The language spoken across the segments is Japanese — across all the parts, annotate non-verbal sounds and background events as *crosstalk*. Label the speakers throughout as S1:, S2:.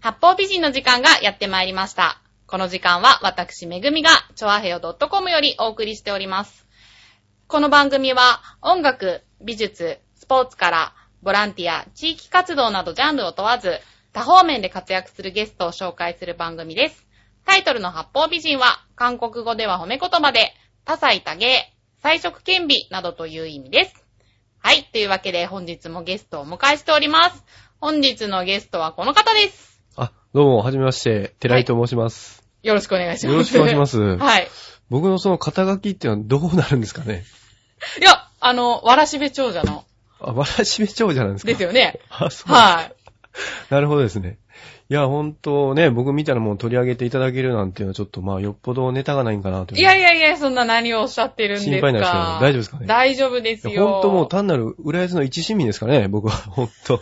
S1: 八方美人の時間がやってまいりました。この時間は私、めぐみが、ちょあへよ .com よりお送りしております。この番組は、音楽、美術、スポーツから、ボランティア、地域活動などジャンルを問わず、多方面で活躍するゲストを紹介する番組です。タイトルの八方美人は、韓国語では褒め言葉で、多彩多芸、彩色兼備などという意味です。はい。というわけで本日もゲストをお迎えしております。本日のゲストはこの方です。
S2: あ、どうも、はじめまして、寺井と申します。
S1: よろしくお願いします。
S2: よろしくお願いします
S1: *laughs* はい。
S2: 僕のその肩書きっていうのはどうなるんですかね
S1: いや、あの、わらしべ長者の、
S2: あ、わらしべ長者なんですか
S1: ですよね。
S2: あ、そう。
S1: はい。
S2: なるほどですね。いや、ほんとね、僕みたいなものを取り上げていただけるなんていうのはちょっと、まあ、よっぽどネタがないんかなという。
S1: いやいやいや、そんな何をおっしゃってるんですか
S2: 心配なんですけど大丈夫ですかね
S1: 大丈夫ですよ。
S2: ほんともう単なる浦安の一市民ですかね、僕は。ほん
S1: *laughs*
S2: と。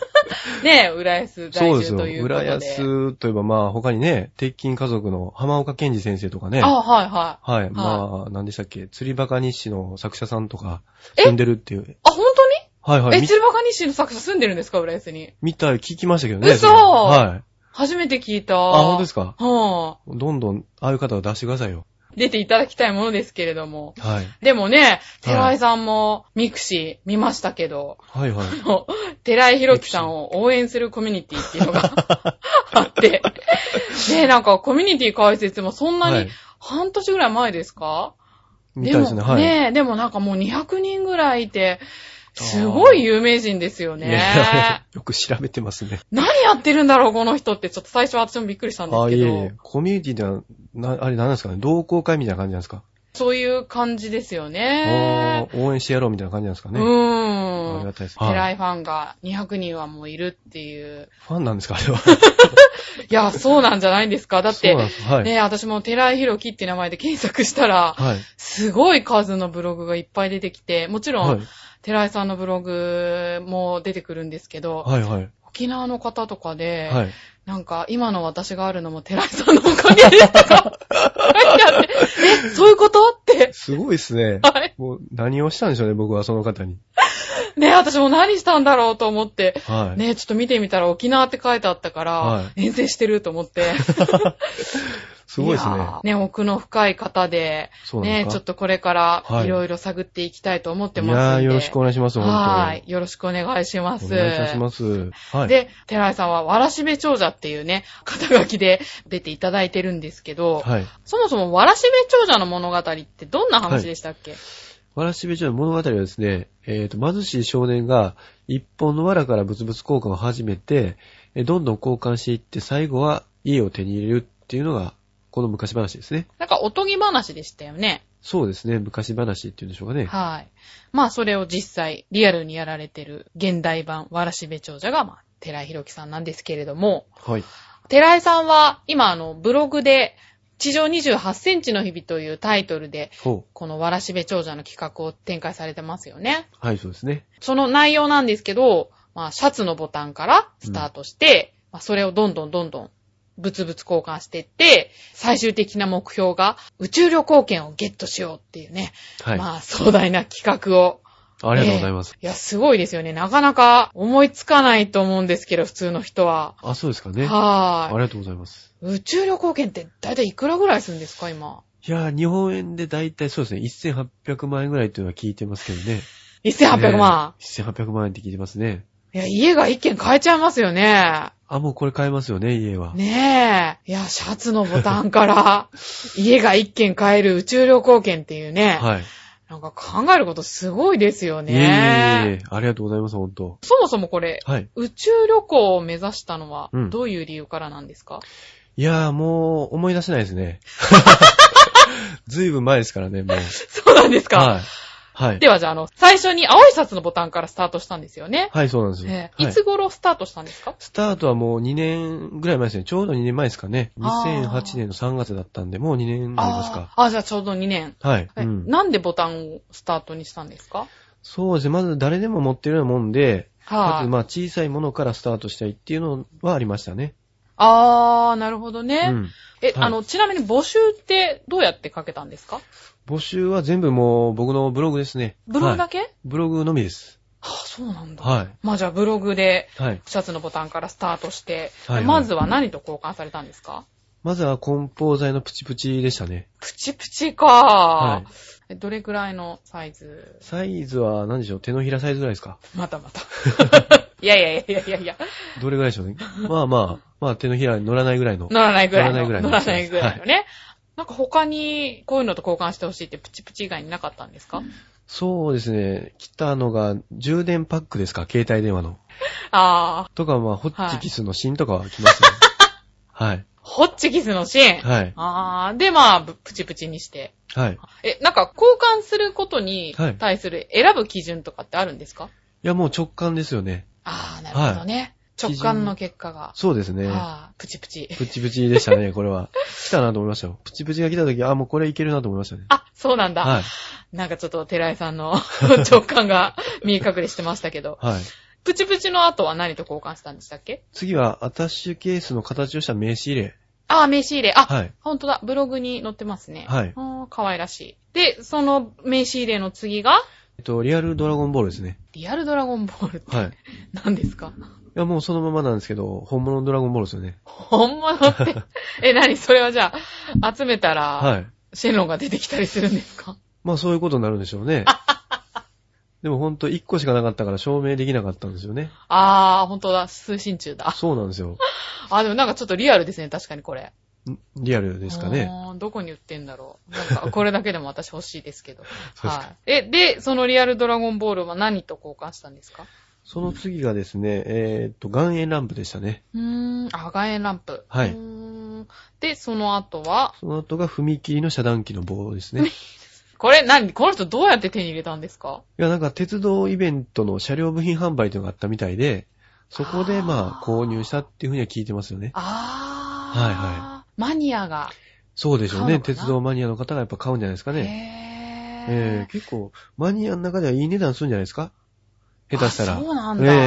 S1: ねえ、浦安在
S2: そうです
S1: 住
S2: よ。
S1: ということ
S2: 浦
S1: で。
S2: 安といえば、まあ、他にね、鉄筋家族の浜岡健二先生とかね。
S1: あ、はいはい。
S2: はい。まあ、何でしたっけ、釣りバカ日誌の作者さんとか、住んでるっていう。
S1: あ、本当に
S2: はいはい。
S1: え、
S2: み
S1: 鶴岡日誌の作者住んでるんですか浦安に。
S2: みたい、聞きましたけどね。
S1: 嘘
S2: それはい。
S1: 初めて聞いた。
S2: あ、本当ですか
S1: は
S2: どんどん、ああいう方を出してくださいよ。
S1: ぁ。出ていただきたいものですけれども。
S2: はい。
S1: でもね、寺井さんもミクシー見ましたけど、
S2: はいはい。
S1: 寺井宏樹さんを応援するコミュニティっていうのが
S2: *laughs*
S1: あって、ねなんかコミュニティ開設もそんな
S2: は
S1: に
S2: い
S1: 半年ぐらい前ですか、
S2: みたいですね。
S1: も、
S2: はい。
S1: ねでもなんかもう200人ぐらいいて、すごい有名人ですよ
S2: ね
S1: ね。
S2: よく調べてま
S1: *laughs*
S2: すね。
S1: 何やってるんだろう、この人って。ちょっと最初私もびっくりしたんで
S2: あ
S1: す
S2: あ、
S1: け
S2: いえい
S1: ど。
S2: え。コミュニティでは、な、あれ何なんですかね。同好会みたいな感じなんですか。
S1: そういう感じですよね。
S2: おー応援してやろうみたいな感じなんですか
S1: う
S2: ね。あり
S1: ーん
S2: が。たいです。
S1: 寺
S2: い。
S1: 井ファンが200人はもういるっていう。
S2: ファンなんですか、あれは。
S1: いや、そうなんじゃないんですか。だっ
S2: そうなん
S1: て、
S2: です。はい。
S1: ね、私も寺井宏樹って名前で検索したら、
S2: はい。
S1: すごい数のブログがいっぱい出てきて、もちろ
S2: はい
S1: ん、。寺井さんのブログも出てくるんですけど、
S2: はいはい。
S1: 沖縄の方とかで、
S2: はい。
S1: なんか、今の私があるのも寺井さんのおかげですと
S2: *laughs*
S1: か、書いてあって、え、そういうことって。
S2: すごいですね。
S1: はい。
S2: もう、何をしたんでしょうね、僕はその方に。
S1: ね、私も何したんだろうと思って、
S2: はい。
S1: ね、ちょっと見てみたら沖縄って書いてあったから、
S2: は
S1: 遠征してると思って。
S2: *laughs* すごいですね。
S1: やーね、奥の深い方で、
S2: そうなんです
S1: ね、
S2: か。
S1: ちょっとこれから
S2: はい
S1: いろいろ探っていきたいと思って
S2: い
S1: ますんで。
S2: やーよろしくお願いします、本当に。
S1: はい。よろしくお願いします。
S2: お願いいたします。はい。
S1: で、寺井さんは、わらしべ長者っていうね、肩書きで出ていただいてるんですけど、
S2: はい。
S1: そもそもわらしべ長者の物語ってどんな話でしたっけ、
S2: わらしべ長の物語はですね、えっ、と、貧しい少年が一本の藁から物々交換を始めて、えーどんどん交換していって、最後は家を手に入れるっていうのが、この昔話ですね。
S1: なんかおとぎ話でしたよね。
S2: そうですね、昔話っていうんでしょうかね。
S1: はい。まあそれを実際、リアルにやられてる現代版わらしべ長者が、まあ、寺井宏樹さんなんですけれども、
S2: はい。
S1: 寺井さんは今あのブログで地上28センチの日々というタイトルで
S2: ほ
S1: このわらしべ長者の企画を展開されてますよね。
S2: う。はい、そうですね。
S1: その内容なんですけど、まあシャツのボタンからスタートして、まあそれをどんどんどんどん物々交換していって、最終的な目標が宇宙旅行券をゲットしようっていうね、
S2: はい。
S1: まあ壮大な企画を。
S2: ありがとうございます。
S1: ねいや、すごいですよね。なかなか思いつかないと思うんですけど、普通の人は。
S2: あ、そうですかね。
S1: は
S2: あ
S1: ーい
S2: り。がとうございます。
S1: 宇宙旅行券って大体いくらぐらいするんですか、今。
S2: いやー、日本円でだいたいそうですね、1800万円ぐらいっていうのは聞いてますけどね。
S1: 1800万。
S2: ね1800万円って聞いてますね。
S1: いや、家が1軒買えちゃいますよね。
S2: あ、もうこれ買えますよね、家は。
S1: ねえ。いや、シャツのボタン
S2: *laughs*
S1: から、家が1軒買える宇宙旅行券っていうね。
S2: はい。
S1: なんか考えることすごいですよ
S2: いえいえいえい
S1: ね。
S2: えありがとうございます、本当
S1: そもそもこれ、
S2: はい。
S1: 宇宙旅行を目指したのは
S2: う、ん
S1: どういう理由からなんですか、
S2: いやー、もう、思い出せないで
S1: *laughs*
S2: すね。ずいぶん前ですからね、もう。
S1: そうなんですか、
S2: はい。はい。
S1: ではじゃあ、あの、最初に青いシャツのボタンからスタートしたんですよね。
S2: はい、そうなんですよ。
S1: ね
S2: はい
S1: いつ頃スタートしたんですか、
S2: スタートはもう2年ぐらい前ですね。ちょうど2年前ですかね。
S1: あー
S2: 2008年の3月だったんで、もう2年になりますか。
S1: あーあ、じゃあちょうど2年。
S2: はい。
S1: え
S2: うん。
S1: なんでボタンをスタートにしたんですか
S2: そうですね。まず誰でも持ってるようなもんで、ま
S1: はい、
S2: ずまあ小さいものからスタートしたいっていうのはありましたね。
S1: あ。ー、なるほどね。
S2: うん。
S1: え、
S2: はい
S1: あの、ちなみに募集ってどうやってかけたんですか
S2: 募集は全部もう僕のブログですね。
S1: ブログ
S2: は
S1: だ
S2: い
S1: け、
S2: ブログのみです。
S1: あ、そうなんだ。
S2: は
S1: まあじゃあブログで、
S2: い。はい。
S1: シャツのボタンからスタートして、
S2: はいはい
S1: まずは何と交換されたんですか
S2: まずは梱包材のプチプチでしたね。
S1: プチプチか
S2: は、
S1: えどれくらいのサイズ
S2: サイズは何でしょう手のひらサイズぐらいですか
S1: またま
S2: *laughs*
S1: た。いやいやいやいやいや、
S2: どれぐらいでしょう *laughs* ね。まあまあ、まあ手のひらに乗らないぐらいの。
S1: 乗らないぐらいの。乗
S2: 乗
S1: ら
S2: ら
S1: な
S2: ないい
S1: ぐ
S2: ぐ
S1: ら
S2: ら
S1: い
S2: い
S1: の
S2: の
S1: ね。なんか他にこういうのと交換してほしいってプチプチ以外になかったんですか、
S2: そうですね。来たのが充電パックですか携帯電話の。
S1: ああ、
S2: とか、まあ、ホッチキスの芯とかは来ますね。 *laughs* はい。
S1: ホッチキスのシーン。
S2: はい。
S1: ああ、でまあ、ぶプチプチにして。
S2: はい。い
S1: え、なんか交換することに
S2: はい
S1: 対する選ぶ基準とかってあるんですか、
S2: や、もう直感ですよね。
S1: ああ、なるほどね。直感の結果が。
S2: そうですね。
S1: ああ、プチプチ。
S2: プチプチでしたね、これは。来たなと思いましたよ。プチプチが来た時、あ、もうこれいけるなと思いま *laughs* したね。
S1: あ、そうなんだ。
S2: はい。
S1: なんかちょっと寺井さんの *laughs* 直感が *laughs* 見え隠れしてましたけど。
S2: はい。
S1: プチプチの後は何と交換したんでしたっけ
S2: 次は、アタッシュケースの形をした名刺入れ。
S1: ああ、名刺入れ。あ、
S2: はい。
S1: ほんとだ。ブログに載ってますね。
S2: はい
S1: あー可愛らしい。で、その名刺入れの次が、
S2: えっと、リアルドラゴンボールですね。
S1: リアルドラゴンボールって
S2: はい。い
S1: 何ですか
S2: や、もうそのままなんですけど、本物のドラゴンボールですよね。
S1: 本物
S2: *laughs*
S1: って。え、何それはじゃあ、集めたら、
S2: はい。
S1: シェンロンが出てきたりするんですか
S2: まあ、そういうことになるんでしょうね。 *laughs* でもほんと1個しかなかったから証明できなかったんですよね。
S1: あー、ほんとだ。通信中だ。
S2: そうなんですよ。
S1: あ、でもなんかちょっとリアルですね。確かにこれ。
S2: んリアルですかね。
S1: うーん。どこに売ってんだろう。なんか、これだけでも私欲しいですけ
S2: *laughs*
S1: ど。
S2: そうですか
S1: はい。え、で、そのリアルドラゴンボールは何と交換したんですか
S2: その次がですね、えーっと、岩塩ランプでしたね。
S1: うーん、あ、岩塩ランプ。
S2: はいう
S1: ーんで、その後は、
S2: その後が踏切の遮断機の棒ですね。い
S1: これ何この人どうやって手に入れたんですか
S2: や、なんか鉄道イベントの車両部品販売というのがあったみたいで、そこでま
S1: あー
S2: あ購入したっていうふうには聞いてますよね。
S1: あー。
S2: はい
S1: い。マニアが。
S2: そうでしょう
S1: 買う
S2: ね。
S1: のかな
S2: 鉄道マニアの方がやっぱ買うんじゃないですかね。
S1: ね
S2: えー、結構、マニアの中ではいい値段するんじゃないですか下手したら。
S1: あそう
S2: う
S1: な
S2: なん
S1: だ。
S2: え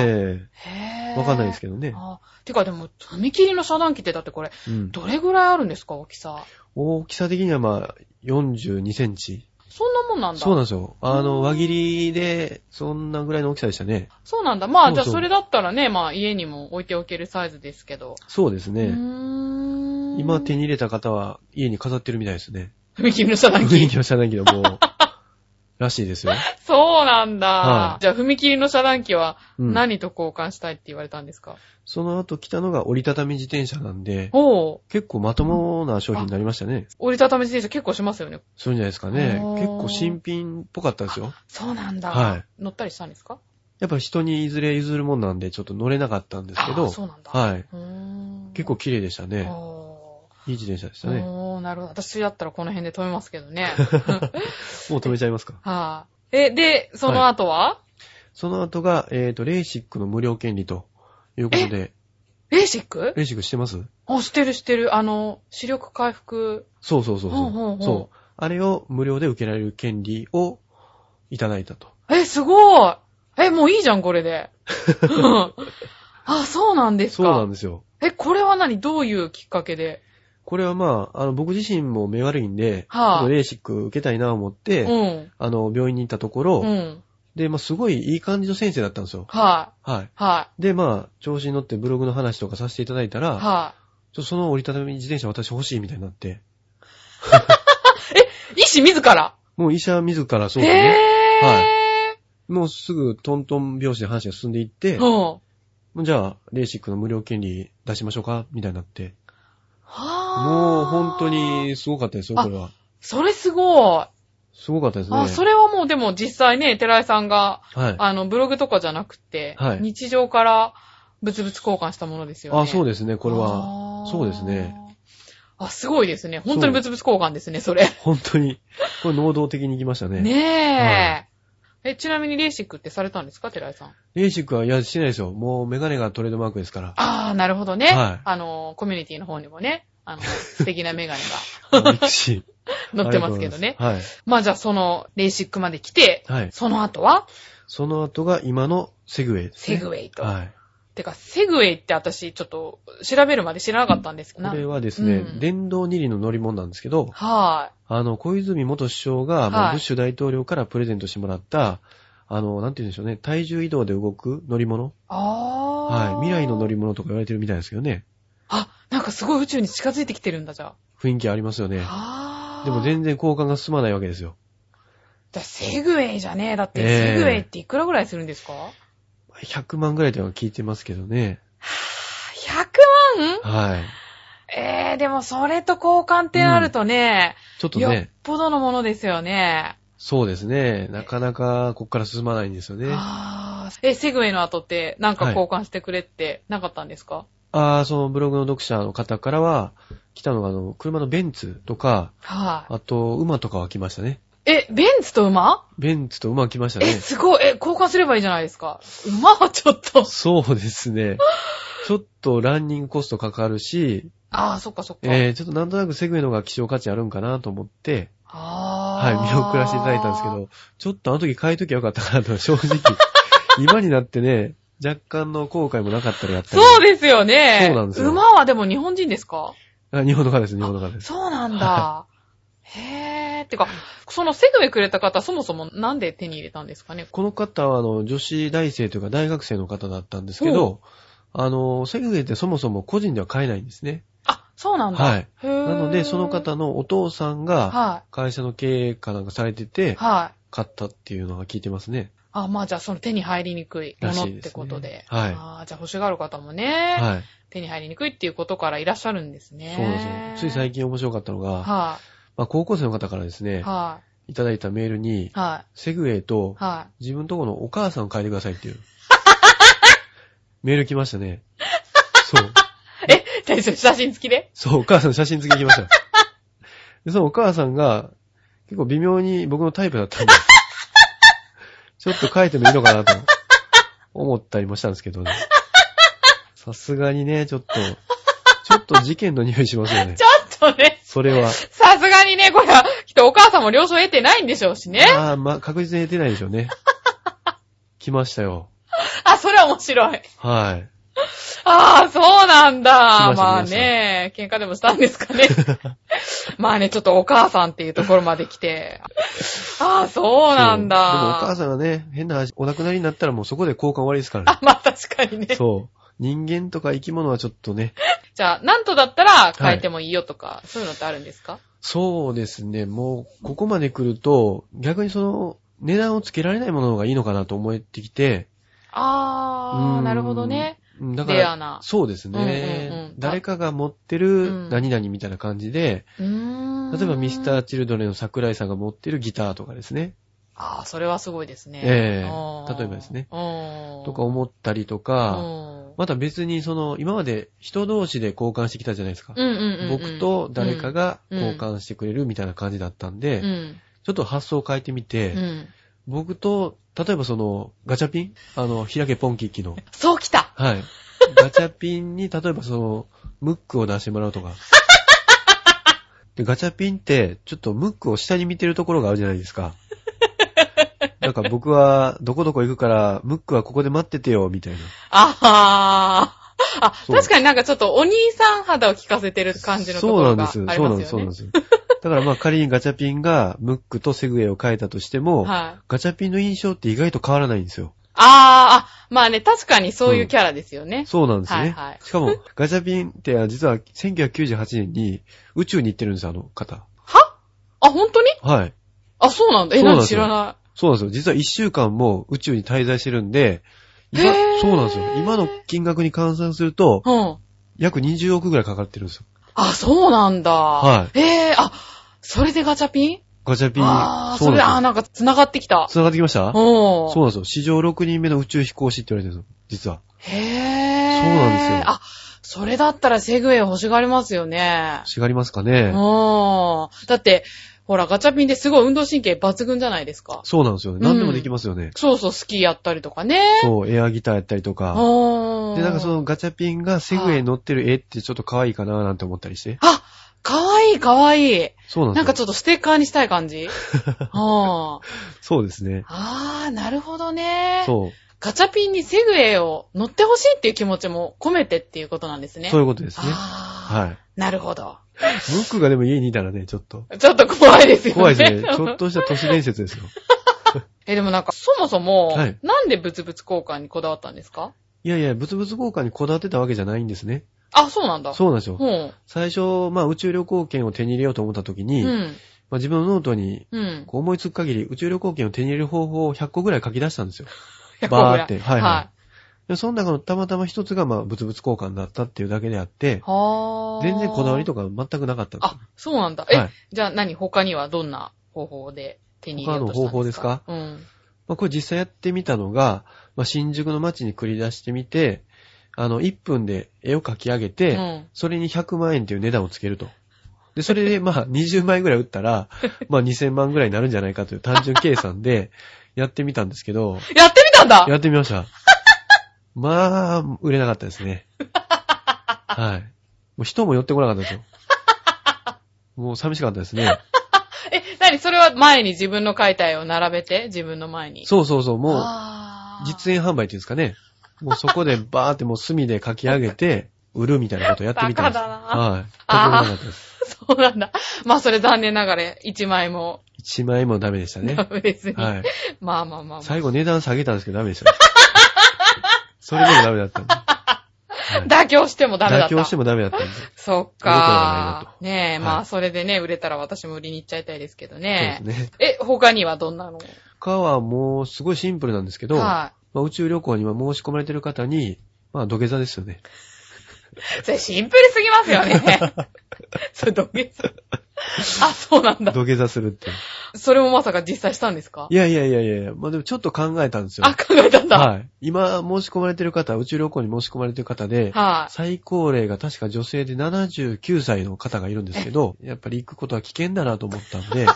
S1: へ
S2: え
S1: ー
S2: わかんないです
S1: け
S2: けどね。
S1: あてかでも、踏切の遮断機ってだってこれ、
S2: うん。
S1: どれぐらいあるんですか大きさ。
S2: 大きさ的にはまあ、42センチ。
S1: そんなもんなんだ。
S2: そうなん
S1: ん
S2: ですよ。あ
S1: う
S2: の、
S1: ん
S2: 輪切りで、そんなぐらいの大きさでしたね。
S1: そうなんだ。まあ、
S2: そ
S1: じ
S2: うそ
S1: ゃ
S2: う
S1: あそれだったらね、まあ家にも置いておけるサイズですけど。
S2: そうです
S1: う
S2: ね。
S1: ーん。
S2: 今手に入れた方は家に飾ってるみたいですね。
S1: 踏切の遮断
S2: 雰
S1: 機。
S2: 囲気はしたないけど、
S1: *laughs*
S2: もう、らしいですよ。
S1: そうなんだ。
S2: はい
S1: じゃあ、踏切の遮断機は
S2: うん
S1: 何と交換したいって言われたんですか、
S2: その後来たのが折りたたみ自転車なんで、
S1: おう
S2: 結構まともな商品になりましたね。
S1: 折りたたみ自転車結構しますよね。
S2: そうじゃないですかね。
S1: おー
S2: 結構新品っぽかったですよ。
S1: そうなんだ。
S2: は
S1: 乗ったりしたんですか
S2: やっぱ人にいずれ譲るもんなんで、ちょっと乗れなかったんですけ
S1: あ
S2: ど、
S1: そうなんだ。
S2: はいう
S1: ーん
S2: 結構綺麗でしたね。
S1: お
S2: いい自転車でした
S1: ー
S2: ね。
S1: おーなるほど。私だったらこの辺で止めますけど
S2: *laughs*
S1: ね。
S2: もう止めちゃいますか。
S1: はあ、え、で、その後は、
S2: その後が、えっ、と、レーシックの無料権利ということで、
S1: レーシック
S2: レーシックしてます
S1: あ、してるしてる。あの、視力回復。
S2: そうそうそう
S1: ほ
S2: そうう
S1: ほうほう
S2: そう。あれを無料で受けられる権利をいただいたと。
S1: え、すごいえ、もういいじゃん、これ
S2: *laughs*
S1: で。 *laughs* うんあ、そうなんですか。
S2: そうなんですよ。
S1: え、これは何どういうきっかけで
S2: これはまあ、あの、僕自身も目悪いんで、
S1: はあ
S2: ちょっとレーシック受けたいなと思って、
S1: うん。
S2: あの、病院に行ったところ、
S1: うん。
S2: で、まあ、すごいいい感じの先生だったんですよ。
S1: は
S2: はい。
S1: い。は
S2: で、まあ、調子に乗ってブログの話とかさせていただいた
S1: い。
S2: ら、
S1: は
S2: ちょその折りたたみ自転車私欲しいみたいになって、
S1: い。医師自ら
S2: もう医者自らそうだ
S1: へ
S2: ね、
S1: ぇー。
S2: もうすぐトントン拍子で話が進んでいって、
S1: うん。は
S2: じゃあ、レーシックの無料権利出しましょうかみたいになって。
S1: あ
S2: もう本当。にすごかったですよ、
S1: あ
S2: これは。
S1: それすごい。
S2: すごかったですね。
S1: あ、それはもうでも実際ね、寺井さんが、
S2: はい。
S1: あの、ブログとかじゃなくて、
S2: はい
S1: 日常から物々交換したものですよね。
S2: あ、そう
S1: です。
S2: ですね、これは。そうですね。
S1: あ、すごいですね。本当に物々交換ですね、それ。
S2: 本当に、これ能動的に行きましたね。
S1: ねえ。え、ちなみにレーシックってされたんですか、寺井さん。
S2: レーシックは、いや、してないですよ。もうメガネがトレードマークで
S1: *laughs*
S2: すから。
S1: ああ、なるほどね。
S2: はい
S1: あの、コミュニティの方にもね、あの、素敵なメガネ
S2: ミ
S1: *laughs*
S2: クシ
S1: が
S2: ー
S1: 載ってますけどね。
S2: はい。
S1: まあじゃあそのレーシックまで来て、
S2: はい。
S1: その後は
S2: その後が今のセグウェイです、
S1: セ
S2: ね。
S1: グウェイと。
S2: はい。
S1: てか、セグウェイって私ちょっと調べるまで知らなかったんですけど。
S2: これはですね、
S1: うん
S2: 電動二輪の乗り物なんですけど、
S1: はい。
S2: あの、小泉元首相が、まあ
S1: はい
S2: ブッシュ大統領からプレゼントしてもらった、あの、なんて言うんでしょうね、体重移動で動く乗り物
S1: あ
S2: はい。未来の乗
S1: り。
S2: り物とか言われてるみたいですけどね。
S1: あ、なんかすごい宇宙に近づいてきてるんだ、じゃ
S2: 雰囲気ありますよね
S1: あ。。あ
S2: でも全然交換が進まないわけですよ。
S1: だセグウェイじゃねえ。だって、
S2: え
S1: セ
S2: え
S1: グウェイっていくらぐらいするんですか、
S2: 100万ぐらいとは聞いてますけどね。
S1: ?100 万
S2: はい。
S1: ええでもそれと交換ってなるとね、
S2: ちょっと
S1: よっ
S2: ね、
S1: ぽどのものですよね。
S2: そうですね。なかなかこっから進まないんですよね。あ
S1: あーえ、セグウェイの後ってなんか交換してくれってなかったんですか、
S2: あー、そのブログの読者の方からは、来たのがあの、車のベンツとか、
S1: はい、
S2: あと、馬とかは来ましたね。
S1: え、ベンツと馬、
S2: ベンツと馬来まし
S1: え、 *laughs*
S2: たね。
S1: すごい。え、交換すればいいじゃないですか。馬はちょっと。
S2: そうですね。ちょっとランニングコストかかるし、
S1: ああ、そっかそっか。
S2: えー、ちょっとなんとなくセグウェイの方が希少価値あるんかなと思って、
S1: あ
S2: はい、
S1: あ。
S2: 見送らせていただいたんですけ。ど、ちょっとあの時変えときゃよかったかなと、正
S1: *laughs*
S2: 直。今になってね、若干の後悔もなかったりやったり。
S1: そうですよね。
S2: そうなんですよ
S1: 馬はでも日本人ですか
S2: あ日本の方です、日本の方です。
S1: そうなんだ。へー。てか、そのセグウェイくれた方、そもそもなんで手に入れたんですかね
S2: この方は、あの、女子大生というか大学生の方だったんですけど、あの、セグウェイってそもそも個人では買えないんですね。
S1: あ、そうなんだ。
S2: はい。
S1: へー
S2: なので、その。方のお父さんが、
S1: は
S2: 会社の経営かなんかされて
S1: い。
S2: て、
S1: はい。
S2: 買ったっていうのが聞いてますね。
S1: あ、まあじゃあその手に入りにくいものってことで。
S2: らしいですねはい
S1: あーじゃあ欲しがる方もね、
S2: はい。
S1: 手に入りにくいっていうことからいらっしゃるんですね。
S2: そうなんですよ。つい最近面白かったのが、
S1: は
S2: まあ、高校生の方からです
S1: い。
S2: ね、
S1: はい
S2: ただいたメールに
S1: い。、は
S2: セグウェイと
S1: い。はい。
S2: 自分とこのお母さんを変えてくださいっ
S1: *laughs*
S2: ていう。メール来ましたね。そう。
S1: え、大丈夫写真付きで
S2: そう、お母さんの写真付き来ま
S1: *laughs*
S2: した。で、そのお母さんが、結構微妙に僕のタイプだったんで、
S1: *laughs*
S2: ちょっと書いてもいいのかなと、思ったりもしたんですけどね。さすがにね、ちょっと、ちょっと事件の匂いしますよね
S1: ち。ょっとね、
S2: それは。
S1: さすがにね、これは、きっとお母さんも了承得てないんでしょうしね。
S2: ああ、まあ、確実に出ないでしょうね。来ましたよ。
S1: あ、それは面白い。
S2: はい。
S1: ああ、そうなんだ。
S2: 来ました
S1: まあね、喧嘩でもしたんですか
S2: *laughs*
S1: ね。まあね、ちょっとお母さんっていうところまで来て。ああ、そうなんだ。
S2: そうでもお母さんがね、変な話、お亡くなりになったらもうそこで交換終わりですから
S1: あ、まあ確かにね
S2: ね。。そう。人間とか生き物はちょっとね、
S1: じゃあ、なんとだったら変えてもいいよとか、そういうのってあるんですか
S2: そうですね、もう、ここまで来ると、逆にその、値段をつけられないものの方がいいのかなと思ってきて。
S1: あ
S2: う
S1: あ、
S2: ん
S1: なるほどね。。
S2: うんだか
S1: レア
S2: ら、
S1: な。
S2: そうですね、
S1: うんうんうん
S2: 誰かが持って
S1: うん
S2: る何々みたいな感じで、
S1: 例
S2: 例えばミスタ
S1: ーん。
S2: ー・チルドレンの桜井さんが持ってるギターとかですね、
S1: ああ、それはすごいですね。
S2: ええ
S1: あー
S2: 例えばですね。
S1: うん。
S2: とか思ったりと
S1: う
S2: か、
S1: ん。
S2: また別にその、今まで人同士で交換してきたじゃないですか。
S1: うんうんうんうん。
S2: 僕と誰かが
S1: うん
S2: 交換してくれるみたいな感じだったん
S1: う
S2: で、
S1: ん。
S2: ちょっと発想を変えてみて、
S1: うん。
S2: 僕と、例えばその、ガチャピンあの、開けポンキッキの。
S1: そうきた
S2: はい。ガチャピンに、例えばその、ムックを出してもらう *laughs* とか。で、ガチャピンって、ちょっとムックを下に見てるところがあるじゃないですか。なんか僕は、どこどこ行くから、ムックはここで待っててよ、みたいな。
S1: ああ。あ、
S2: そう
S1: 確かになんかちょっとお兄さん肌を効かせてる感じのところがあります
S2: そう
S1: よ
S2: なん
S1: ね。
S2: です、そうなんです、そうなんです。だからまあ仮にガチャピンが、ムックとセグウェイを変えたとしても、
S1: はい。
S2: ガチャピンの印象って意外と変わらないんですよ。
S1: ああ、あまあね、確かにそういうキャラですよね。
S2: そうなんですね。
S1: はいはい
S2: しかも、 *laughs* ガチャピンって、あ実は1998年に宇宙に行ってるんです、あの方。
S1: はあ、本当に
S2: はい。
S1: あ、そうなんだ。え、
S2: そうなん
S1: 何
S2: です
S1: 知
S2: よ
S1: らな
S2: そうなんですよ。実は1週間も宇宙に滞在してるんで、今
S1: へー、
S2: そうなんですよ。今の金額に換算すると、
S1: い。うん。
S2: 約20億ぐらいかかってるんですよ。
S1: あ、そうなんだ。
S2: は
S1: ええあ、それでガチャピン
S2: ガチャピン、
S1: ああ、
S2: そ
S1: そうれ、あ
S2: な
S1: あ、
S2: ん
S1: な
S2: ですよ。
S1: んか繋がってきた。
S2: 繋がってきましたそう
S1: お
S2: なんですよ。史上6人目の宇宙飛行士って言われてるんですよ。実は。
S1: へえ。
S2: そうなんですよ
S1: あ、それだったらセグウェイ欲しがりますよね。
S2: 違がりますかね、
S1: うん。だって、ほら、ガチャピンってすごい運動神経抜群じゃないですか。
S2: そうなんですよね。何でもできますよね。
S1: そうそう、スキーやったりとかね。
S2: そう、エアギターやったりとか。
S1: うん。
S2: で、なんかそのガチャピンがセグウェイに乗ってる絵ってちょっと可愛いかななんて思ったりして。
S1: あ、かわいいかわいい。
S2: そうなんで
S1: な
S2: すよ。
S1: んかちょっとステッカーにしたい感
S2: *laughs*
S1: じうん。あ
S2: そうですね。
S1: あ、なるほどね。
S2: そう。
S1: ガチャピンにセグウェイを乗ってほしいっていう気持ちも込めてっていうことなんですね。
S2: そう
S1: う
S2: いうことですね。
S1: ああ、
S2: はい。
S1: なるほど。
S2: ム *laughs* ックがでも家にいたらね、ちょっと。
S1: *laughs* ちょっと怖いですよね。
S2: 怖いですね。ちょっとした都市伝説ですよ。
S1: え、でもなんか、そもそも、
S2: はい
S1: なんで物々交換にこだわったんですか
S2: いやいや、物々交換にこだわってたわけじゃないんですね。
S1: あ、そうなんだ。
S2: そうなんですよ。
S1: うん。
S2: 最初、まあ、宇宙旅行券を手に入れようと思った時
S1: う
S2: に、ま
S1: ん。
S2: あ、自分のノートに、
S1: うん。
S2: こう思いつく限り宇宙旅行券を手に入れる方法を100個ぐらい書き出したんですよ。
S1: 100個ぐ
S2: バ
S1: ら
S2: ー
S1: い
S2: って。
S1: は。
S2: はいい
S1: は
S2: はで、その中のたまたま一つが、まあ、物々交換だったっていうだけであって、
S1: ー
S2: 全然こだわりとか全くなかったんです
S1: あ、そうなんだ。え、
S2: よ。はい。
S1: じゃあ何他にはどんな方法で手に入れようとしたんですか
S2: 他の方法ですか
S1: うん。
S2: まあ、これ実際やってみたのが、まあ、新宿の街に繰り出してみて、あの、1分で絵を描き上げ
S1: う
S2: て、
S1: ん。
S2: それに100万円っていう値段をつけると。で、それで、まあ、20枚ぐらい売っ
S1: *laughs*
S2: たら、まあ、2000万ぐらいになるんじゃないかという単純計算で、やってみたんですけど、
S1: やってみたんだ
S2: やってみました。まあ、売れなかったですね。はい。もう人も寄ってこなかったですよ。もう寂しかったですね。
S1: え、何それは前に自分の解体を並べて自分の前に。
S2: そうそうそう、もう、
S1: あー
S2: 実演販売っていうんですかね。もうそこでバーってもう墨で書き上げ
S1: *laughs*
S2: て、売るみたいなことやってみたんです。
S1: バカだな
S2: はい。
S1: あー
S2: かっこよくなかったです。
S1: そうなんだ。まあそれ残念ながら1枚も
S2: 1枚もダメでし
S1: *laughs*
S2: たね。
S1: 別に。
S2: はい。
S1: まあまあまあ、ま
S2: 最後値段下げたんですけどダメ
S1: *laughs*
S2: でしたね。それでもダメだったんで。
S1: あ。妥協してもダメだった。
S2: 妥協してもダメだったんで。そう
S1: そっ
S2: 動くのがないな
S1: か。ねえ、
S2: はい
S1: まあそれでね、売れたら私も売りに行っちゃいたいですけど
S2: で
S1: ね
S2: す。ね。
S1: え、他にはどんなの
S2: 他はもうすごいシンプルなんですけど、
S1: は
S2: まあ宇宙旅行には申し込まれてる方に、まあ土下座ですよね。
S1: い。それシンプルすぎますよ
S2: *laughs*
S1: ね。それ土下座。あ、そうなんだ。
S2: 土下座するっていう。
S1: それもまさか実際したんですか
S2: いやいやいやいや、まあでもちょっと考えたんですよ。
S1: あ、考えたんだ。はい。
S2: はい。今申し込まれてる方、宇宙旅行に申し込まれてる方で、最高齢が確か女性で79歳の方がいるんですけど、やっぱり行くことは危険だなと思ったん
S1: *laughs*
S2: で、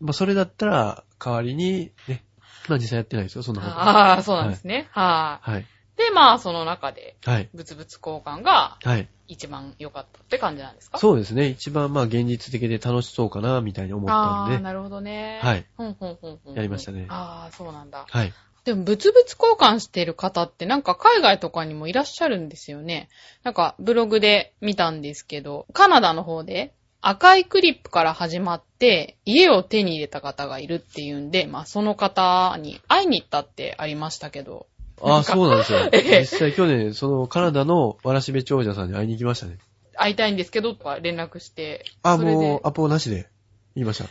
S2: まあそれだったら代わりに、ね、まあ実際やってないですよ、そんなこと。
S1: ああ、そうなんですね。は
S2: はい。
S1: い。で、まあその中で、
S2: はい。
S1: 物々交換が
S2: はい。
S1: 一番良かったって感じなんですか
S2: そうですね。一番まあ現実的で楽しそうかな、みたいに思った
S1: ああー、
S2: んで。
S1: なるほどね。
S2: はい。
S1: ほんほんほんほん。
S2: やりましたね
S1: ああ、そうなんだ。
S2: はい。
S1: でも、物々交換してる方ってなんか海外とかにもいらっしゃるんですよね。なんかブログで見たんですけど、カナダの方で赤いクリップから始まって家を手に入れた方がいるっていうんで、まあその方に会いに行ったってありましたけど。。
S2: ああ、そうなんですよ
S1: *laughs* ええ
S2: 実際去年、そのカナダのわらしべ長者さんに会いに行きましたね。
S1: 会いたいんですけどとか連絡して。
S2: あ、
S1: それで
S2: もう、アポなしで、言い
S1: *laughs*
S2: ました。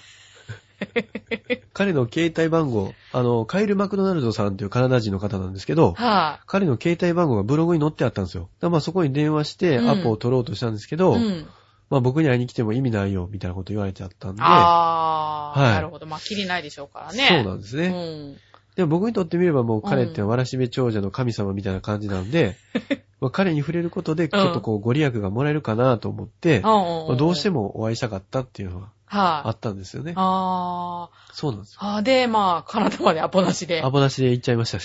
S2: 彼の携帯番号、あの、カイル・マクドナルドさんというカナダ人の方なんですけど、
S1: はい、
S2: 彼の携帯番号がブログに載ってあったんですよ。だからまあそこに電話して
S1: うん
S2: アポを取ろうとしたんですけど、
S1: うん。
S2: まあ僕に会いに来ても意味ないよ、みたいなこと言われちゃったんで、
S1: ああ、
S2: はい
S1: なるほど。まあ、きりないでしょうからね。
S2: そうなんですね。
S1: うん。
S2: でも僕にとってみればもう彼って
S1: うん
S2: わらしべ長者の神様みたいな感じな
S1: *laughs*
S2: んで、まあ彼に触れることでちょっとこうご利益がもらえるかなと思って、
S1: うん
S2: まあどうして
S1: も。
S2: もお会いしたかったっていうのがあ
S1: はい、
S2: ったんですよね。
S1: あー
S2: そうなんですよ
S1: あー。で、まあ、カナダまでアポなしで
S2: ア。ポなしで行っちゃい
S1: *laughs*
S2: ましたね。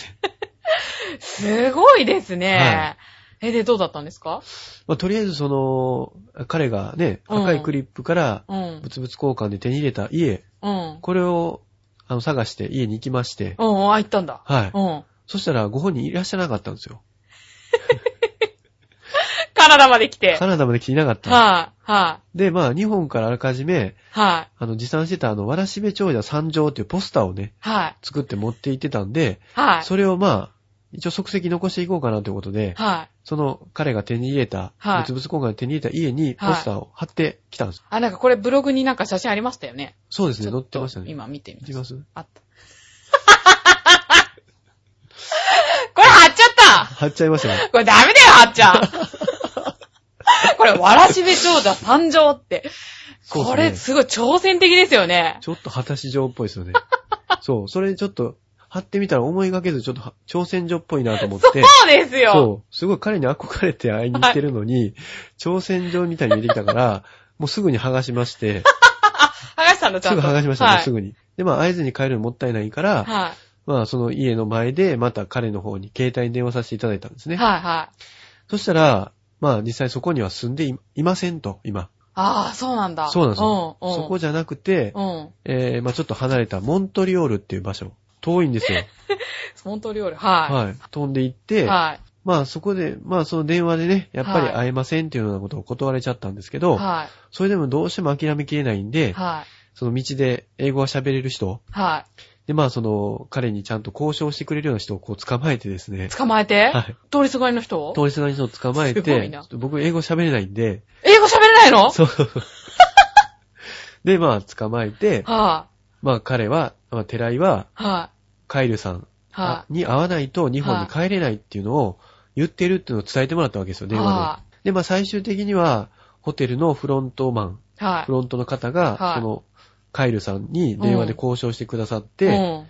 S1: すごいですね。え、で、どうだったんですか
S2: まあ、とりあえずその、彼がね、
S1: うん
S2: 赤いクリップから、
S1: うん。
S2: 物々交換で手に入れた家、
S1: うん。
S2: これを、あの、探して家に行きまして、
S1: うん、あ、行ったんだ。
S2: はい。
S1: うん。
S2: そしたら、ご本人いらっしゃらなかったんですよ。
S1: カナダまで来て。
S2: カ
S1: はい、
S2: ナダまで来ていなかった。
S1: はい、
S2: で、まあ、日本からあらかじめ、
S1: はい、
S2: あの、持参してた、あの、わらしべ長者三条っていうポスターをね、
S1: はい、
S2: 作って持って行ってたんで、
S1: はい、
S2: それをまあ、一応即席残していこうかなということで、
S1: はい。
S2: その彼が手に入れた、
S1: はい
S2: 物々交換で手に入れた家にポスターを貼ってきたんです。
S1: あ、なんかこれブログになんか写真ありましたよね。
S2: そうですね、
S1: ちょ
S2: 載
S1: っ
S2: っ
S1: と
S2: てましたね。
S1: 今見てみま
S2: 行き
S1: す。
S2: ます
S1: あった。 *laughs* これ貼っちゃっ
S2: 貼っちゃいましたね。
S1: たこれダメだよ、貼っ
S2: *laughs*
S1: ちゃうこれ、わらしべ長者参上って。
S2: そうですね
S1: これ、すごい挑戦的ですよね。
S2: ちょっと果たし状っぽいですよね。そう、それちょっと貼ってみたら思いがけずちょっとは挑戦状っぽいなと思っ
S1: そう
S2: て。
S1: ですよ。
S2: そう、すごい彼に憧れて会いに行ってるの
S1: *laughs*
S2: に、挑戦状みたいに出てきたから、もうすぐに剥がし
S1: *laughs*
S2: まして、
S1: 剥がしたんだ、ちゃ
S2: す
S1: ん
S2: ぐ
S1: と。
S2: 剥がしましたね、
S1: はい、
S2: すぐに。で、まあ、会えずに帰るのもったいないから、
S1: は
S2: まあ、その家の前で、また彼の方に携帯に電話させていただいたんです
S1: い。
S2: ね。
S1: はい、はい。
S2: そしたら、まあ、実際そこには住んでいいませんと、今。
S1: ああ、そうなんだ。
S2: そうなんですよ。
S1: うん、うん。
S2: そこじゃなくて、
S1: うん。
S2: えー、まあちょっと離れたモントリオールっていう場所。遠いんですよ。
S1: モントリオール。は
S2: はい。飛んで行っ
S1: い。
S2: て、
S1: は
S2: まあそこで、まあその電話でね、やっぱり会えませんっていうようなことを断れちゃったんですけ
S1: い。
S2: ど、
S1: は
S2: それでもどうしても諦めきれないんで
S1: い。、はい。
S2: その道で英語が喋れる人
S1: はい。
S2: で、まあその、彼にちゃんと交渉してくれるような人をこう捕まえてですね、
S1: 捕まえて、
S2: はい
S1: 通りすがりの人を
S2: 通りすがりの人を捕まえて、
S1: すごい
S2: ちょ
S1: な
S2: っと僕英語喋れないんで、
S1: 英語喋れないの
S2: そう。 *laughs* で、まあ捕まえて、
S1: は
S2: まあ彼は、まあ寺井は、
S1: い、はい、
S2: カイルさん
S1: は
S2: に会わないと日本に帰れないっていうのを言ってるっていうのを伝えてもらったわけですよ、
S1: い、
S2: 電話
S1: は
S2: で。で、まあ最終的には、ホテルのフロントマン、
S1: い、は
S2: フ
S1: い。
S2: ロントの方
S1: は
S2: が、
S1: い
S2: その、カイルさんに電話で交渉してくださっ
S1: う
S2: て、
S1: ん、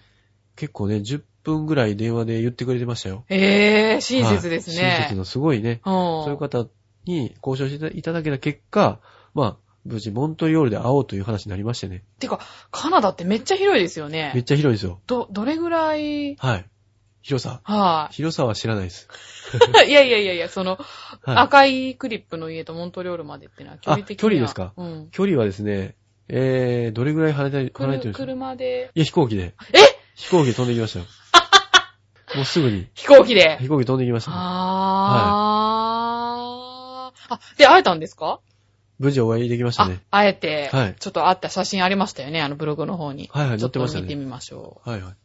S2: 結構ね、10分ぐらい電話で言ってくれてましたよ。
S1: えー、親切です
S2: はい親切
S1: ね。
S2: のすごいね。
S1: うん。
S2: そういう方に交渉していただけた結果、まあ、無事、モントリオールで会おうという話になりましてね。
S1: てか、カナダってめっちゃ広いですよ
S2: めっ
S1: ね。
S2: ちゃ広いですよ。
S1: ど、どれぐらい
S2: はい。広さ。
S1: は
S2: 広さは知らないです。 *laughs*
S1: い。いやいやいやいや、その、
S2: はい。
S1: 赤いクリップの家とモントリオールまでってのは距離的には。
S2: あ距離ですか
S1: うん。
S2: 距離はですね、えー、どれぐらい離れたり
S1: く
S2: 離れて
S1: る
S2: るんですか
S1: 車で、
S2: いや、飛行機で。
S1: え
S2: 飛行機で飛んできま
S1: *laughs*
S2: したよ。もうすぐに。
S1: 飛行機で。
S2: 飛行機飛んできましたね、
S1: あー。あ、で、会えたんですか
S2: 無事お会いできました
S1: あ
S2: ね。、
S1: 会えて
S2: はい、
S1: ちょっと会った写真ありましたよね、あのブログの方に。
S2: はいはい
S1: ちょっと
S2: 載ってましたね
S1: 見てみましょ
S2: はいはい。
S1: う。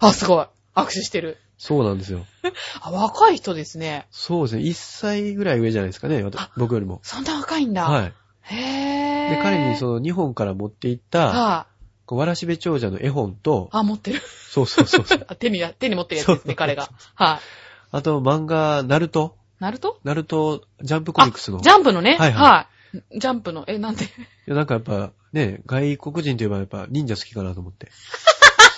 S1: あ、すごい。握手してる。
S2: そうなんですよ。
S1: あ、若い人ですね。
S2: そうですね。1歳ぐらい上じゃないですかね。私
S1: あ
S2: 僕よりも。
S1: そんな若いんだ。
S2: はい。
S1: へー。
S2: で、彼にその日本から持って行っ
S1: は
S2: た、
S1: あ、
S2: こうわらしべ長者の絵本と、
S1: あ、持ってる。
S2: そうそうそ
S1: *laughs*
S2: うそう。
S1: あ手にや、手に持ってるやつです
S2: そう
S1: ね、彼が。はい。
S2: あと漫画、ナルト、
S1: ナルト
S2: ナルト、ジャンプコミックスの。
S1: ジャンプのね。
S2: は
S1: はいい、
S2: は
S1: ジャンプの、え、なんで
S2: いやなんかやっぱね、外国人といえばやっぱ忍者好きかなと思って。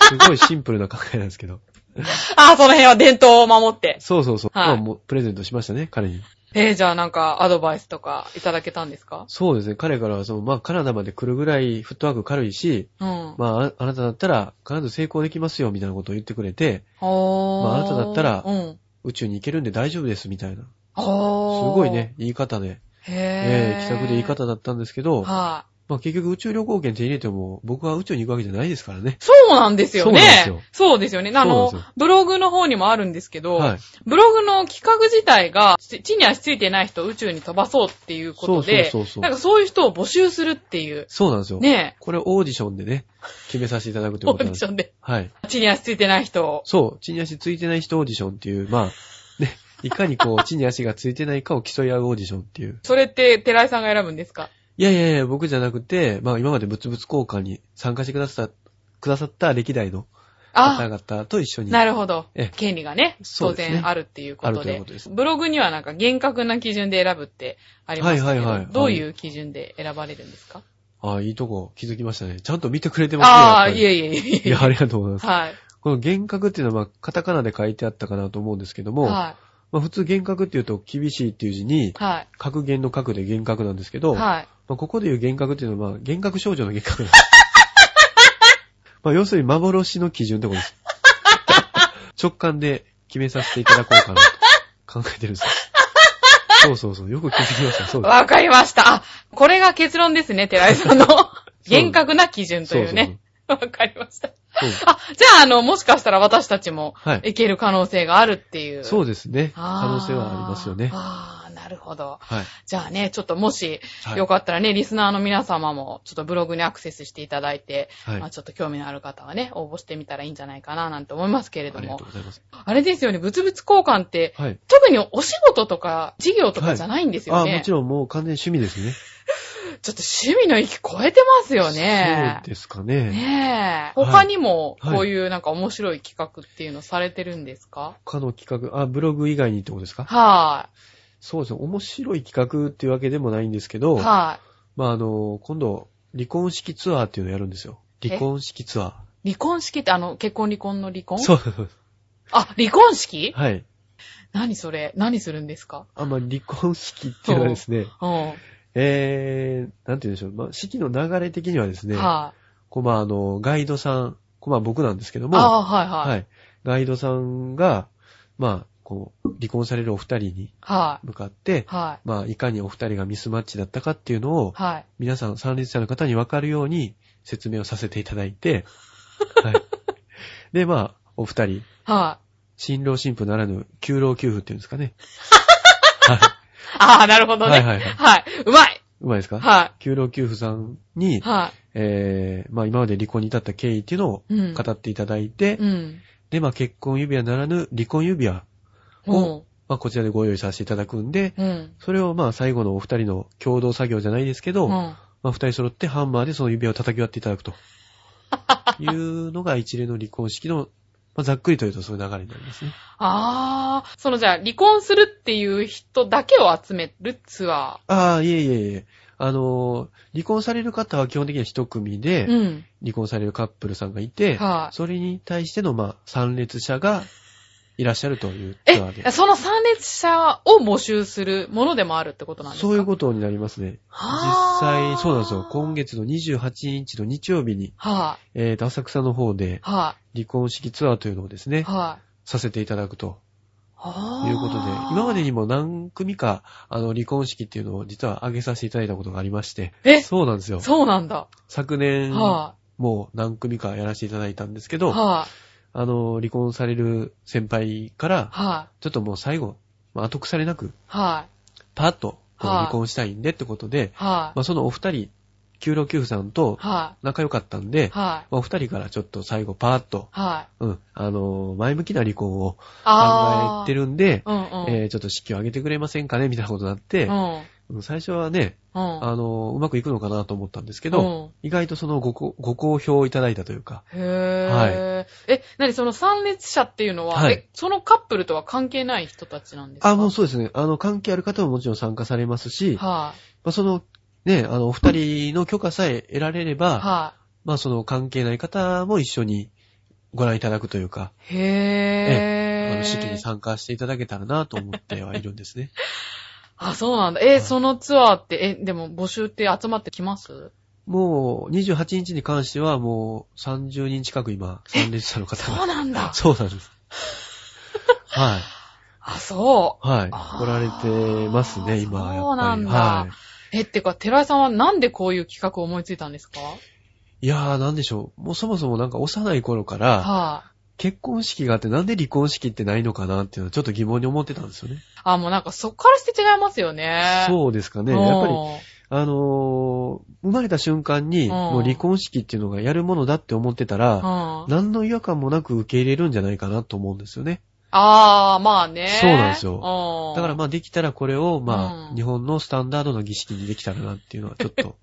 S2: すごいシンプルな考えなんですけど。
S1: *laughs* あー、その辺は伝統を守って。
S2: そうそうそう。
S1: はい
S2: まあもうプレゼントしましたね、彼に。
S1: えー、じゃあなんかアドバイスとかいただけたんですか
S2: そうですね、彼からはその、まあカナダまで来るぐらいフットワーク軽いし、
S1: うん。
S2: まあああなただったら必ず成功できますよ、みたいなことを言ってくれて、
S1: おー。
S2: まああなただったら
S1: うん。
S2: 宇宙に行けるんで大丈夫です、みたいな。す
S1: おー。
S2: ごいね、言い方で。え
S1: へ
S2: え
S1: ー。
S2: 気さくで言い方だったんですけど、
S1: はい。
S2: まあ結局宇宙旅行券手に入れても、僕は宇宙に行くわけじゃないですからね。
S1: そうなんですよ
S2: そうなんですよ
S1: ね。そうですよね。あの
S2: そうなんです、
S1: ブログの方にもあるんですけど、
S2: はい。
S1: ブログの企画自体が、地地に足ついてない人を宇宙に飛ばそうっていうことで、
S2: そうそうそうそう
S1: なんかそういう人を募集するっていう、
S2: そうなんですよ。
S1: ね
S2: これオーディションでね、決めさせていただくと
S1: え、
S2: いう
S1: オー
S2: こと
S1: ディ
S2: なんで
S1: シ
S2: す。
S1: ョンで、
S2: はい。
S1: 地に足ついてない人を。
S2: そう、地に足ついてない人オーディションっていう、まあ、
S1: *laughs*
S2: ね、いかにこう、地に足がついてないかを競い合うオーディションっていう。
S1: それって、寺井さんが選ぶんですか
S2: いやいやいや、僕じゃなくて、まあ今まで物々交換に参加してくださった、くださった歴代の
S1: あ、
S2: 方々と一緒に。
S1: なるほど
S2: ええ。
S1: 権利がね、
S2: そ
S1: 当
S2: うですね
S1: 然あるっていうこと
S2: あるという
S1: で
S2: ことです。
S1: ブログにはなんか厳格な基準で選ぶってありましたけ
S2: はいはいはい
S1: ど、どういう基準で選ばれるんですか
S2: ああ、いいとこ気づきましたね。ちゃんと見てくれてますね。
S1: ああ、
S2: やっぱり
S1: いえいえいえ
S2: い
S1: いえ。
S2: や、ありがとうございます。
S1: はい。
S2: この幻覚っていうのは、まあ、カタカナで書いてあったかなと思うんですけども、
S1: は
S2: まあ、普通幻覚っていうと、厳しいっていう字に
S1: い。、はい。
S2: 格言の格で幻覚なんですけど、
S1: はい。
S2: まあ、ここで言う幻覚っていうのは、まあ、幻覚症状の幻覚な
S1: *laughs*
S2: んです。まあ、要するに幻の基準ってこと
S1: *laughs*
S2: です。直感で決めさせていただこうかなと考えてるんですよ。そうそうそう。よく聞いてきました。そうです。
S1: わかりました。あ、これが結論ですね、寺井さん
S2: *laughs*
S1: の。厳格な基準というね。わかりました。
S2: そうです。
S1: あ、じゃあ、あの、もしかしたら私たちも、
S2: はい
S1: いける可能性があるっていう。
S2: そう
S1: う
S2: ですね。可能性はありますよね。
S1: あーあー、なるほど。
S2: はい。
S1: じゃあね、ちょっともし、
S2: はい
S1: よかったらね、リスナーの皆様も、ちょっとブログにアクセスしていただいて、
S2: はい
S1: まあちょっと興味のある方はね、応募してみたらいいんじゃないかな、なんて思いますけれど
S2: ありが
S1: も
S2: とう。ございます。
S1: あれですよね、物々交換って、
S2: はい。
S1: 特にお仕事とか、事業とかじゃないんです
S2: あ
S1: よ
S2: あ、
S1: ね。
S2: もちろんもう完全に趣味ですね。
S1: ちょっと趣味の域超えてますよね
S2: そう。ですかね。
S1: ねえ。
S2: はい
S1: 他にも、
S2: はい
S1: こういうなんか面白い企画っていうのされてるんですか
S2: 他の企画、あ、ブログ以外にってことですか
S1: は
S2: そうですね。面白い企画っていうわけでもないんですけど、
S1: い。は
S2: まあ、あの、今度、離婚式ツアーっていうのをやるんですよ。離婚式ツア
S1: い。離婚式ってあの、結婚離婚の離
S2: ー。
S1: 婚
S2: そうそうそう。
S1: あ、離婚式
S2: はい。
S1: 何それ何するんですか
S2: あ、まあ、離婚式っていうのはですね、
S1: うん。
S2: えー、なんて言うんでしょう。まあ、式の流れ的にはですね、
S1: は
S2: こう、まあ、あの、ガイドさん、こう、まあ、僕なんですけど
S1: い。
S2: も、
S1: ああ、はいは。
S2: はいい。ガイドさんが、まあ、こう、離婚されるお二人に
S1: はい。
S2: 向かって、
S1: はい。
S2: まあ、いかにお二人がミスマッチだったかっていうのを、
S1: はい。
S2: 皆さん、参列者の方に分かるように説明をさせていただいて、
S1: *laughs*
S2: はい。で、まあ、お二人、
S1: はい。
S2: 新郎新婦ならぬ、旧郎給付っていうんですかね。
S1: ああ、なるほどね。
S2: は
S1: はいい
S2: はいはいう
S1: まい。
S2: うまいですか
S1: は
S2: 旧郎給付さんに
S1: い。、は
S2: ええーまあ今まで離婚に至った経緯っていうのを
S1: うん
S2: 語っていただいて、
S1: うん。
S2: で、まあ結婚指輪ならぬ離婚指輪を、まあこちらでご用意させていただくんで、
S1: うん。うん。
S2: それをまあ最後のお二人の共同作業じゃないですけど、
S1: う
S2: ま
S1: ん
S2: あ二人揃ってハンマーでその指輪を叩き割っていただ
S1: *laughs*
S2: くと。いうのが一連の離婚式の、まあ、ざっくりというとそういう流れになりますね。
S1: あー、そのじゃあ、離婚するっていう人だけを集めるツア
S2: ああ、いえいえいえ。あのー離婚される方は基本的には一組で、
S1: ー。うん。
S2: 離婚されるカップルさんがいて、
S1: はい
S2: それに対しての、まあ、参列者がいらっしゃるというツアー
S1: え、
S2: で。
S1: その参列者を募集するものでもあるってことなんですか
S2: そういう
S1: と。
S2: ことになりますね。実
S1: はー
S2: 際、そうなんですよ。今月の28日の日曜日に、
S1: はい、
S2: えーと、浅草の方で
S1: は
S2: 離婚式ツアーというのをです
S1: い、
S2: ね、
S1: はい。
S2: させていただくと
S1: あー
S2: いうことで、今までにも何組か、あの、離婚式っていうのを実は挙げさせていただいたことがありまして、
S1: え
S2: そうなんですよ。
S1: そうなんだ。
S2: 昨年、
S1: は
S2: もう何組かやらせていただいたんですけ
S1: い、
S2: ど、
S1: はい、
S2: あの、離婚される先輩から、
S1: はい、
S2: ちょっともう最後、まあ後腐れなく、
S1: はい、
S2: パッと、こう
S1: はい
S2: 離婚したいんでってことで、
S1: は
S2: まあそのお二人、給老給付さん
S1: い、
S2: と
S1: は
S2: 仲良かったんで
S1: い、、はい、
S2: まあお二人からちょっと最後パーッと、
S1: はい。
S2: うん、あのー、前向きな離婚を考
S1: あー。
S2: えてるんで、
S1: うんうん。
S2: えーちょっと式を上げてくれませんかねみたいなことになって
S1: う、ん。
S2: うん最初はね、
S1: うん。
S2: あのー、うまくいくのかなと思ったんですけ
S1: う
S2: ど、
S1: ん、
S2: 意外とそのごこご好評いただいたというか、
S1: へー。え、なにその参列者っていうのは、
S2: はい
S1: え、そのカップルとは関係ない人たちなんですか
S2: あ、もうそうですね。あの、関係ある方ももちろん参加されますし、
S1: は
S2: まあ、その、ね、あの、お二人の許可さえ得られれ
S1: い、
S2: ば、
S1: は
S2: まあ、その関係ない方も一緒にご覧いただくというか、
S1: い。へー。
S2: あの、式に参加していただけたらなと思ってはいるんですね。 *laughs*
S1: あ、そうなんだ。え、
S2: はい
S1: そのツアーって、え、でも募集って集まってきます
S2: もう、28日に関してはもう30人近く今、参列者の方
S1: そう
S2: が。
S1: なんだ。
S2: そうなん
S1: *laughs*
S2: です。はい。
S1: あ、そう。
S2: はい。
S1: あー
S2: 来られてますね、今、やっぱり。
S1: そうなんだ
S2: はい。
S1: え、ってか、寺井さんはなんでこういう企画を思いついたんですか
S2: いやー、なんでしょう。もうそもそもなんか幼い頃から、
S1: は
S2: 結婚式があってなんで離婚式ってないのかなっていうのはちょっと疑問に思ってたんですよね。
S1: い、あ。もうなんかそっからして違いますよね。
S2: そうですかね。やっぱり、あのー生まれた瞬間
S1: うん
S2: にもう離婚式っていうのがやるものだって思ってた
S1: うん。
S2: ら、
S1: あ
S2: 何の違和感もなく受け入れるんじゃないかなと思うんですよね。
S1: あー、まあね。
S2: そうなんですよ
S1: よ
S2: だからまあできたらこれをま
S1: う
S2: あ
S1: ん
S2: 日本のスタンダードな儀式にできたらなっていうのはちょっと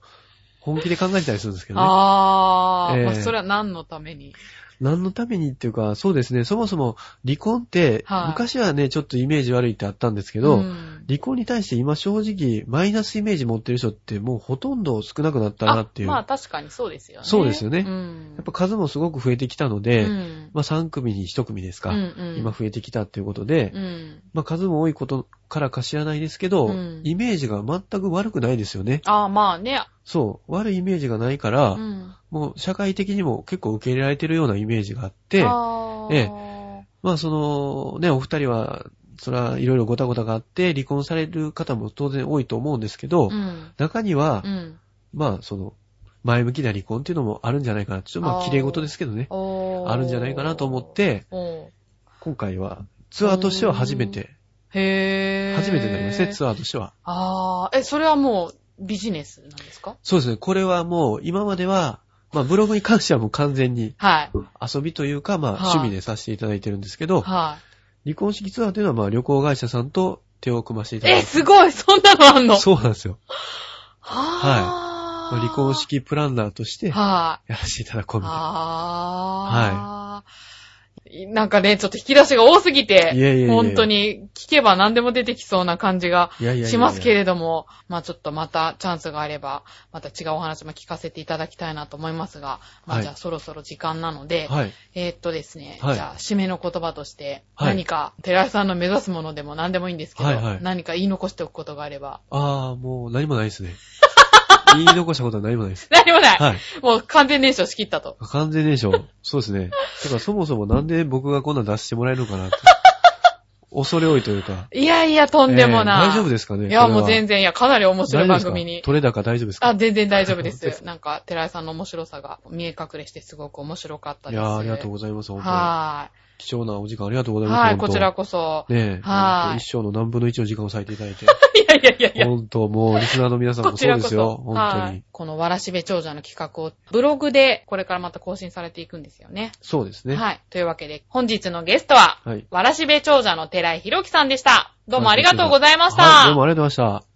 S2: 本気で考えてたりするんですけどね。
S1: ああ、
S2: ええ
S1: まあそれは何のために
S2: 何のためにっていうか、そうですね、そもそも離婚って
S1: はい
S2: 昔はね、ちょっとイメージ悪いってあったんですけど、
S1: うん
S2: 離婚に対して今正直マイナスイメージ持ってる人ってもうほとんど少なくなったなっていう。
S1: あまあ確かにそうですよね。
S2: そうですよね
S1: うん、
S2: やっぱ数もすごく増えてきたので、
S1: うん、
S2: まあ3組に1組ですか。
S1: うんうん
S2: 今増えてきたっていうことで、
S1: うん。
S2: まあ数も多いことからか知らないですけ
S1: う
S2: ど、
S1: ん
S2: イメージが全く悪くないですよね。
S1: ああ、まあね。
S2: そう。悪いイメージがないから、
S1: うん。
S2: もう社会的にも結構受け入れられてるようなイメージがあって、
S1: あー
S2: ええまあその、ね、お二人は、それはいろいろごたごたがあって、離婚される方も当然多いと思うんですけど、
S1: うん。
S2: 中には
S1: う、ん。
S2: まあ、その、前向きな離婚っていうのもあるんじゃないかな。ちょっとま
S1: あ
S2: あ、
S1: ー
S2: 綺麗事ですけどね。
S1: おー
S2: あるんじゃないかなと思っ。て、
S1: おー
S2: 今回は、ツアーとしては初めて、
S1: へー。
S2: 初めてになりますね、ツアーとしては。
S1: ああ、え、それはもうビジネスなんですか
S2: そうですね、これはもう、今までは、まあ、ブログに関してはもう完全に
S1: はい。
S2: 遊びというか、まあ、
S1: はい
S2: 趣味でさせていただいてるんですけど、
S1: は
S2: 離婚式ツアーというのは、まあ、旅行会社さんと手を組ませてい
S1: い。
S2: ただ
S1: え、
S2: いて。
S1: すごいそんなのあんの
S2: そうなんですよ。
S1: は
S2: まあ離婚。式プランナーとして、や
S1: はい。
S2: らせていただこうみたいな。
S1: ああ。はい。なんかね、ちょっと引き出しが多すぎて、
S2: いやいやいや
S1: 本当に聞けば何でも出てきそうな感じが
S2: いやいやいやいや
S1: しますけれども、まあちょっとまたチャンスがあれば、また違うお話も聞かせていただきたいなと思いますが、ま
S2: は
S1: あ
S2: い
S1: じゃあそろそろ時間なので、
S2: はい。
S1: えーっとですね、
S2: はい
S1: じゃあ締めの言葉として、
S2: はい
S1: 何か寺井さんの目指すものでも何でもいいんですけど、
S2: はいはい
S1: 何か言い残しておくことがあれば、
S2: ああ、もう何もな
S1: *laughs*
S2: いですね。言い残したことは何もないです。
S1: 何もない、
S2: はい。
S1: もう完全燃焼しきったと。
S2: 完全燃焼。そうですね。だからそもそもなんで僕がこんなん出してもらえるのかなって。恐れ多いというか。
S1: いやいや、とんでもない。
S2: えー大丈夫ですかね
S1: いや、もう
S2: 然
S1: 全然、いや、かなり面白い番組に。
S2: 取れ高大丈夫ですか
S1: あ、全然大丈夫で。
S2: 大丈夫です
S1: なんか、寺井さんの面白さが見え隠れしてすごく面白かった
S2: い
S1: です。
S2: やーありがとう
S1: う
S2: ございます、本当に。
S1: はーい。
S2: 貴重なお時間ありがとうございます。
S1: はい、
S2: 本当
S1: こちら。こそ。
S2: ねえ。
S1: はい
S2: 本当一生の何分の1の時間を割いていただい
S1: *laughs*
S2: て。
S1: いやいや *laughs* いやいや。
S2: 本当もう、リスナーの皆さん
S1: こ
S2: も
S1: ち
S2: そう
S1: ら
S2: で
S1: こ
S2: す
S1: そ
S2: よ。。本当
S1: は
S2: に
S1: い。。このわらしべ長者の企画をブログでこれからまた更新されていくんですよね。
S2: そうですね。
S1: はい。というわけで、本日のゲストは、
S2: はい。
S1: わらしべ長者の寺井宏樹さんでした。どうもありがとうございました。
S2: はいどうもありがとうございました。